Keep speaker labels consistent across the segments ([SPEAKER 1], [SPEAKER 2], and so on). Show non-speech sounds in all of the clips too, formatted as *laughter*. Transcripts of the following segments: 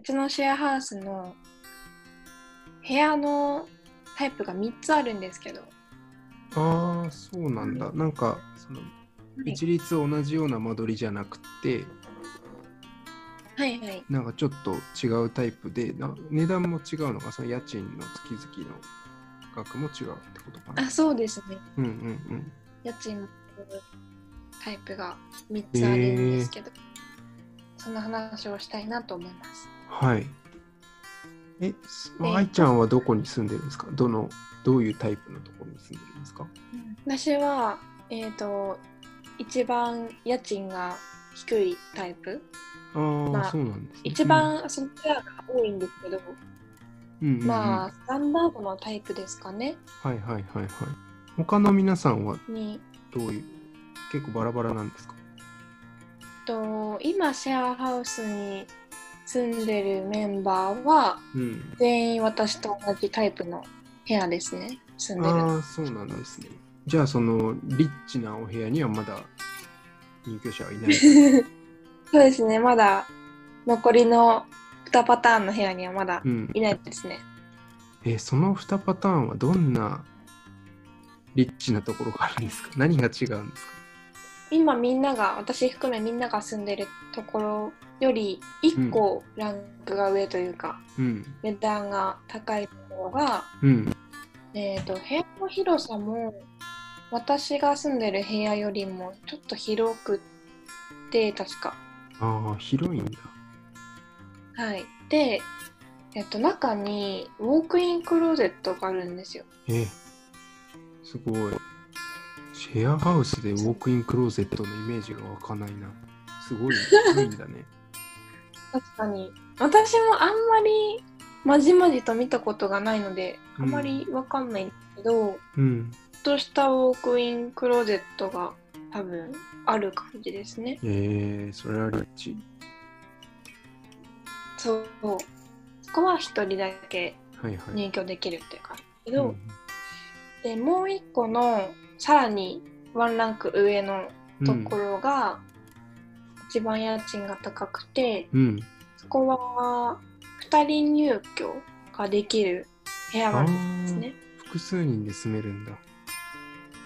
[SPEAKER 1] ちのシェアハウスの部屋のタイプが3つあるんですけど、
[SPEAKER 2] ああ、そうなんだ。なんか、その一律同じような間取りじゃなくて、
[SPEAKER 1] はいはい
[SPEAKER 2] なんかちょっと違うタイプで、な値段も違うのか、その家賃の月々の額も違うってことかな
[SPEAKER 1] あ。そうですね
[SPEAKER 2] うんうん
[SPEAKER 1] 家賃のタイプが3つあるんですけど、その話をしたいなと思います
[SPEAKER 2] うん。はい。え、す愛ちゃんはどこに住んでるんですかどの、どういうタイプのところに住んでるんですか
[SPEAKER 1] 私はえっ、と一番家賃が低いタイプ
[SPEAKER 2] ああ、
[SPEAKER 1] まあ
[SPEAKER 2] そうなんです、ね。
[SPEAKER 1] 一番そのペアが多いんですけど、
[SPEAKER 2] うん、うんうんうん
[SPEAKER 1] まあスタンダードのタイプですかね
[SPEAKER 2] はいはいはいはい。他の皆さんは
[SPEAKER 1] に
[SPEAKER 2] どういう、結構バラバラなんですか
[SPEAKER 1] と今シェアハウスに住んでるメンバーは
[SPEAKER 2] うん。
[SPEAKER 1] 全員私と同じタイプの部屋ですね住んでる
[SPEAKER 2] ああ、そうなんですね。じゃあ、その、リッチなお部屋にはまだ入居者は
[SPEAKER 1] *laughs*
[SPEAKER 2] いない。
[SPEAKER 1] そうですねまだ残りの2パターンの部屋にはまだ
[SPEAKER 2] うん
[SPEAKER 1] い。ないですね
[SPEAKER 2] えーその2パターンはどんなリッチなところがあるんですか何が違うんですか
[SPEAKER 1] 今みんなが私含めみんなが住んでるところより1個ランクが上というか、
[SPEAKER 2] うん。
[SPEAKER 1] 値段が高い方が、
[SPEAKER 2] うん。
[SPEAKER 1] えー、と部屋の広さも私が住んでる部屋よりもちょっと広くって確か
[SPEAKER 2] ああ、広いんだ。
[SPEAKER 1] はいで、えっと中にウォークインクローゼットがあるんですよ
[SPEAKER 2] えーすごい。シェアハウスでウォークインクローゼットのイメージが湧かないな。すごい、広いんだね。
[SPEAKER 1] 確かに私もあんまりまじまじと見たことがないのであんまりわかんないんだけど、
[SPEAKER 2] うん。
[SPEAKER 1] ちょっとしたウォークインクローゼットが多分ある感じですね。
[SPEAKER 2] えー、それはリッチ。
[SPEAKER 1] そう。そこは1人だけ
[SPEAKER 2] はいはい。
[SPEAKER 1] 入居できるっていう感じだけ
[SPEAKER 2] う
[SPEAKER 1] ど、
[SPEAKER 2] ん
[SPEAKER 1] でもう1個のさらにワンランク上のところが、一番家賃が高くて、
[SPEAKER 2] うん。
[SPEAKER 1] そこは2人入居ができる部屋があるんですね。
[SPEAKER 2] 複数人で住めるんだ。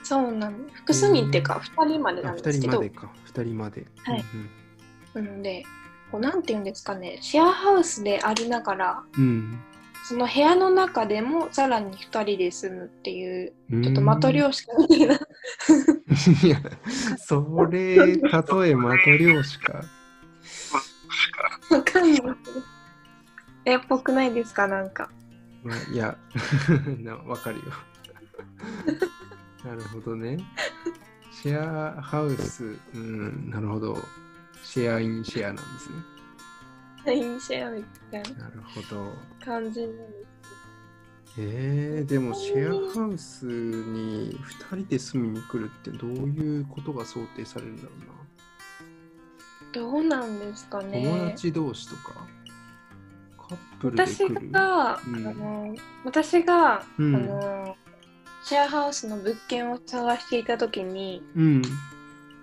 [SPEAKER 1] そうなの。複数人っていうか2人まで
[SPEAKER 2] あ、
[SPEAKER 1] なん
[SPEAKER 2] 二
[SPEAKER 1] ですけ
[SPEAKER 2] 人ま
[SPEAKER 1] ど
[SPEAKER 2] で、か。二人まで。
[SPEAKER 1] はい
[SPEAKER 2] うん
[SPEAKER 1] なので、こうなんていうんですかね、シェアハウスでありながら、
[SPEAKER 2] うん。
[SPEAKER 1] その部屋の中でもさらに2人で住むっていう
[SPEAKER 2] うん。
[SPEAKER 1] ちょっとマトリョーシカみたいな
[SPEAKER 2] *laughs* いや、それ、例えマトリョーシカ。
[SPEAKER 1] わかんないけどえっぽくないですかなんか
[SPEAKER 2] まあいや、 *laughs* なわかるよ。 *laughs* なるほどね。シェアハウス、うん、なるほど。シェアインシェアなんですね。
[SPEAKER 1] *laughs* サインシェアみたいな
[SPEAKER 2] なるほど。
[SPEAKER 1] 感じなんで
[SPEAKER 2] えー、でもシェアハウスに2人で住みに来るってどういうことが想定されるんだろ
[SPEAKER 1] すどうなんですか
[SPEAKER 2] うな、友
[SPEAKER 1] ね
[SPEAKER 2] 達同士とかカップルで
[SPEAKER 1] 私
[SPEAKER 2] 来る
[SPEAKER 1] が、
[SPEAKER 2] うん
[SPEAKER 1] あの私が、
[SPEAKER 2] うん
[SPEAKER 1] あのシェアハウスの物件を探していた時に
[SPEAKER 2] うん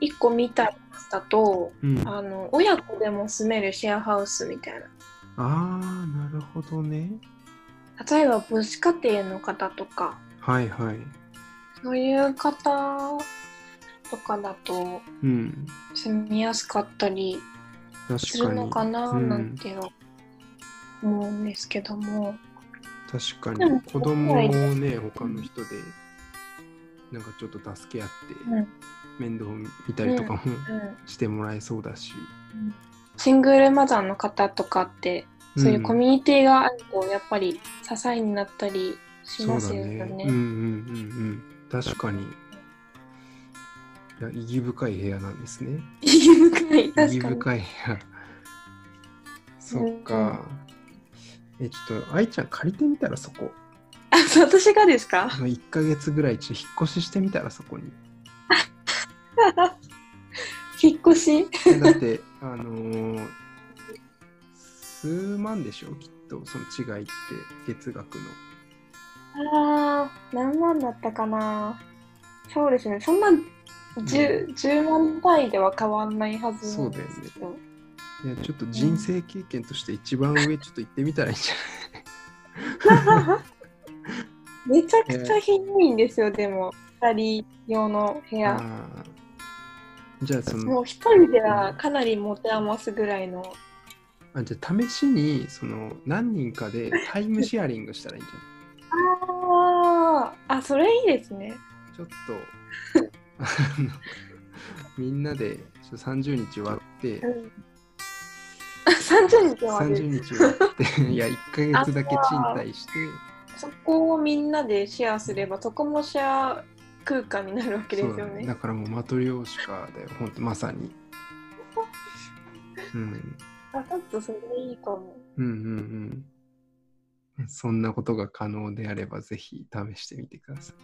[SPEAKER 1] 1個見たやつだと
[SPEAKER 2] うんあ
[SPEAKER 1] あの親子でも住めるシェアハウスみたいな
[SPEAKER 2] あーなるほどね
[SPEAKER 1] 例えば母子家庭の方とか
[SPEAKER 2] はいはい
[SPEAKER 1] そういう方とかだと
[SPEAKER 2] うん
[SPEAKER 1] 住みやすかったりす
[SPEAKER 2] 確か
[SPEAKER 1] る
[SPEAKER 2] に
[SPEAKER 1] のかな
[SPEAKER 2] うん
[SPEAKER 1] なんては思うんですけども、
[SPEAKER 2] 確
[SPEAKER 1] で
[SPEAKER 2] かに
[SPEAKER 1] も
[SPEAKER 2] 子供をね他の人でなんかちょっと助け合って
[SPEAKER 1] うん
[SPEAKER 2] 面倒見たりとかも
[SPEAKER 1] うん
[SPEAKER 2] してもらえそうだし、
[SPEAKER 1] シングルマザーの方とかってそういうコミュニティがあるとやっぱり支えになったりしますよね。
[SPEAKER 2] そうだね。うんうんうんうん。確かに。いや、意義深い部屋なんですね。
[SPEAKER 1] 意義深い
[SPEAKER 2] 意
[SPEAKER 1] 確
[SPEAKER 2] 義
[SPEAKER 1] かに。
[SPEAKER 2] 深い *laughs* 部屋。そっか。え、ちょっと、愛ちゃん借りてみたらそこ。
[SPEAKER 1] あ私がですか
[SPEAKER 2] あの1ヶ月ぐらい、ちょっと引っ越ししてみたらそこに。
[SPEAKER 1] 引っ越し
[SPEAKER 2] だって、 *laughs* あのー数万でしょ、きっと、その違いって、月額の。
[SPEAKER 1] あー何万だったかなそうですねそんな 10,、
[SPEAKER 2] う
[SPEAKER 1] 10万単位では変わんないはずなんですけど
[SPEAKER 2] いや、ちょっと人生経験として一番上、ちょっと行ってみたらいいんじゃない
[SPEAKER 1] めちゃくちゃ広いんですよ、でも、2人用の部
[SPEAKER 2] あ
[SPEAKER 1] 屋。
[SPEAKER 2] ーじゃあ、そ
[SPEAKER 1] も
[SPEAKER 2] の
[SPEAKER 1] う、1人ではかなり持て余すぐらいの。
[SPEAKER 2] あじゃあ試しに、その、何人かでタイムシェアリングしたらいいんじゃない
[SPEAKER 1] あーあ、それいいですね。
[SPEAKER 2] ちょっと、あのみんなでちょっと30日割って、
[SPEAKER 1] うん、あ30日まで。
[SPEAKER 2] 30日割って、いや、1ヶ月だけ賃貸して、
[SPEAKER 1] そこをみんなでシェアすれば、そこもシェア空間になるわけですよ
[SPEAKER 2] だね
[SPEAKER 1] ね。
[SPEAKER 2] だからもうマトリョーシカだよ、ほんと、まさに。うん、
[SPEAKER 1] あ、ちょっとそれいいか *laughs* も。
[SPEAKER 2] うん、うん、うん。そんなことが可能であれば、ぜひ試してみてください。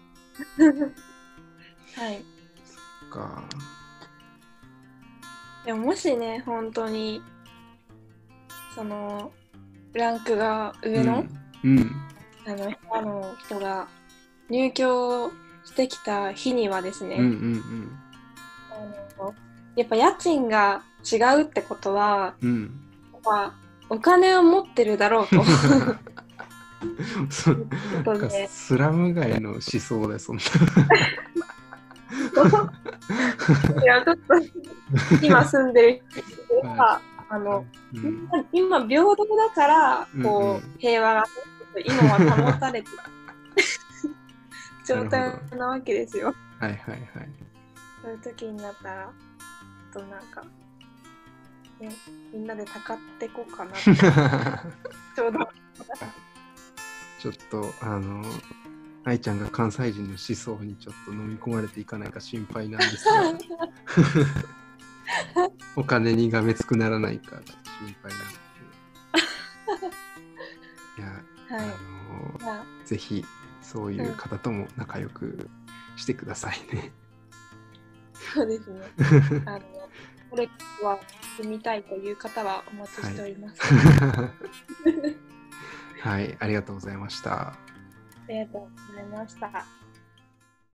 [SPEAKER 1] はい。
[SPEAKER 2] そっか。
[SPEAKER 1] でももしね、本当に、その、ランクが上の、
[SPEAKER 2] うん、うん。
[SPEAKER 1] あの、部屋の人が入居してきた日にはですね、
[SPEAKER 2] うん、うん、
[SPEAKER 1] あのやっぱ家賃が違うってことは、
[SPEAKER 2] うん。うん。
[SPEAKER 1] やっぱお金を持ってるだ
[SPEAKER 2] *laughs*
[SPEAKER 1] ろうと。
[SPEAKER 2] そう
[SPEAKER 1] と
[SPEAKER 2] なんか
[SPEAKER 1] で
[SPEAKER 2] スラム街の思想だよ、そんな。
[SPEAKER 1] いやちょっと今住んでる人は、あの
[SPEAKER 2] う
[SPEAKER 1] みん
[SPEAKER 2] ん
[SPEAKER 1] な今平等だから
[SPEAKER 2] うんう
[SPEAKER 1] こ
[SPEAKER 2] ん
[SPEAKER 1] う平和が今は保た
[SPEAKER 2] *laughs*
[SPEAKER 1] れてる状態なわけですよ。
[SPEAKER 2] はいはいはい。
[SPEAKER 1] そういう時になったらちょっとなんか、ね、みんなでたかってこうかなって
[SPEAKER 2] *laughs*
[SPEAKER 1] ちょうど
[SPEAKER 2] ちょっとあの愛ちゃんが関西人の思想にちょっと飲み込まれていかないか心配なんですがお金にがめつくならないかちょっと心配なんですけどいや、
[SPEAKER 1] はい。
[SPEAKER 2] あ
[SPEAKER 1] まあ
[SPEAKER 2] のぜひそういう方とも仲良くしてくださいね。
[SPEAKER 1] そうですね。あの、これは住みたいという方はお待ちしております。
[SPEAKER 2] *laughs* はい、ありがとうございました。
[SPEAKER 1] ありがとうございました。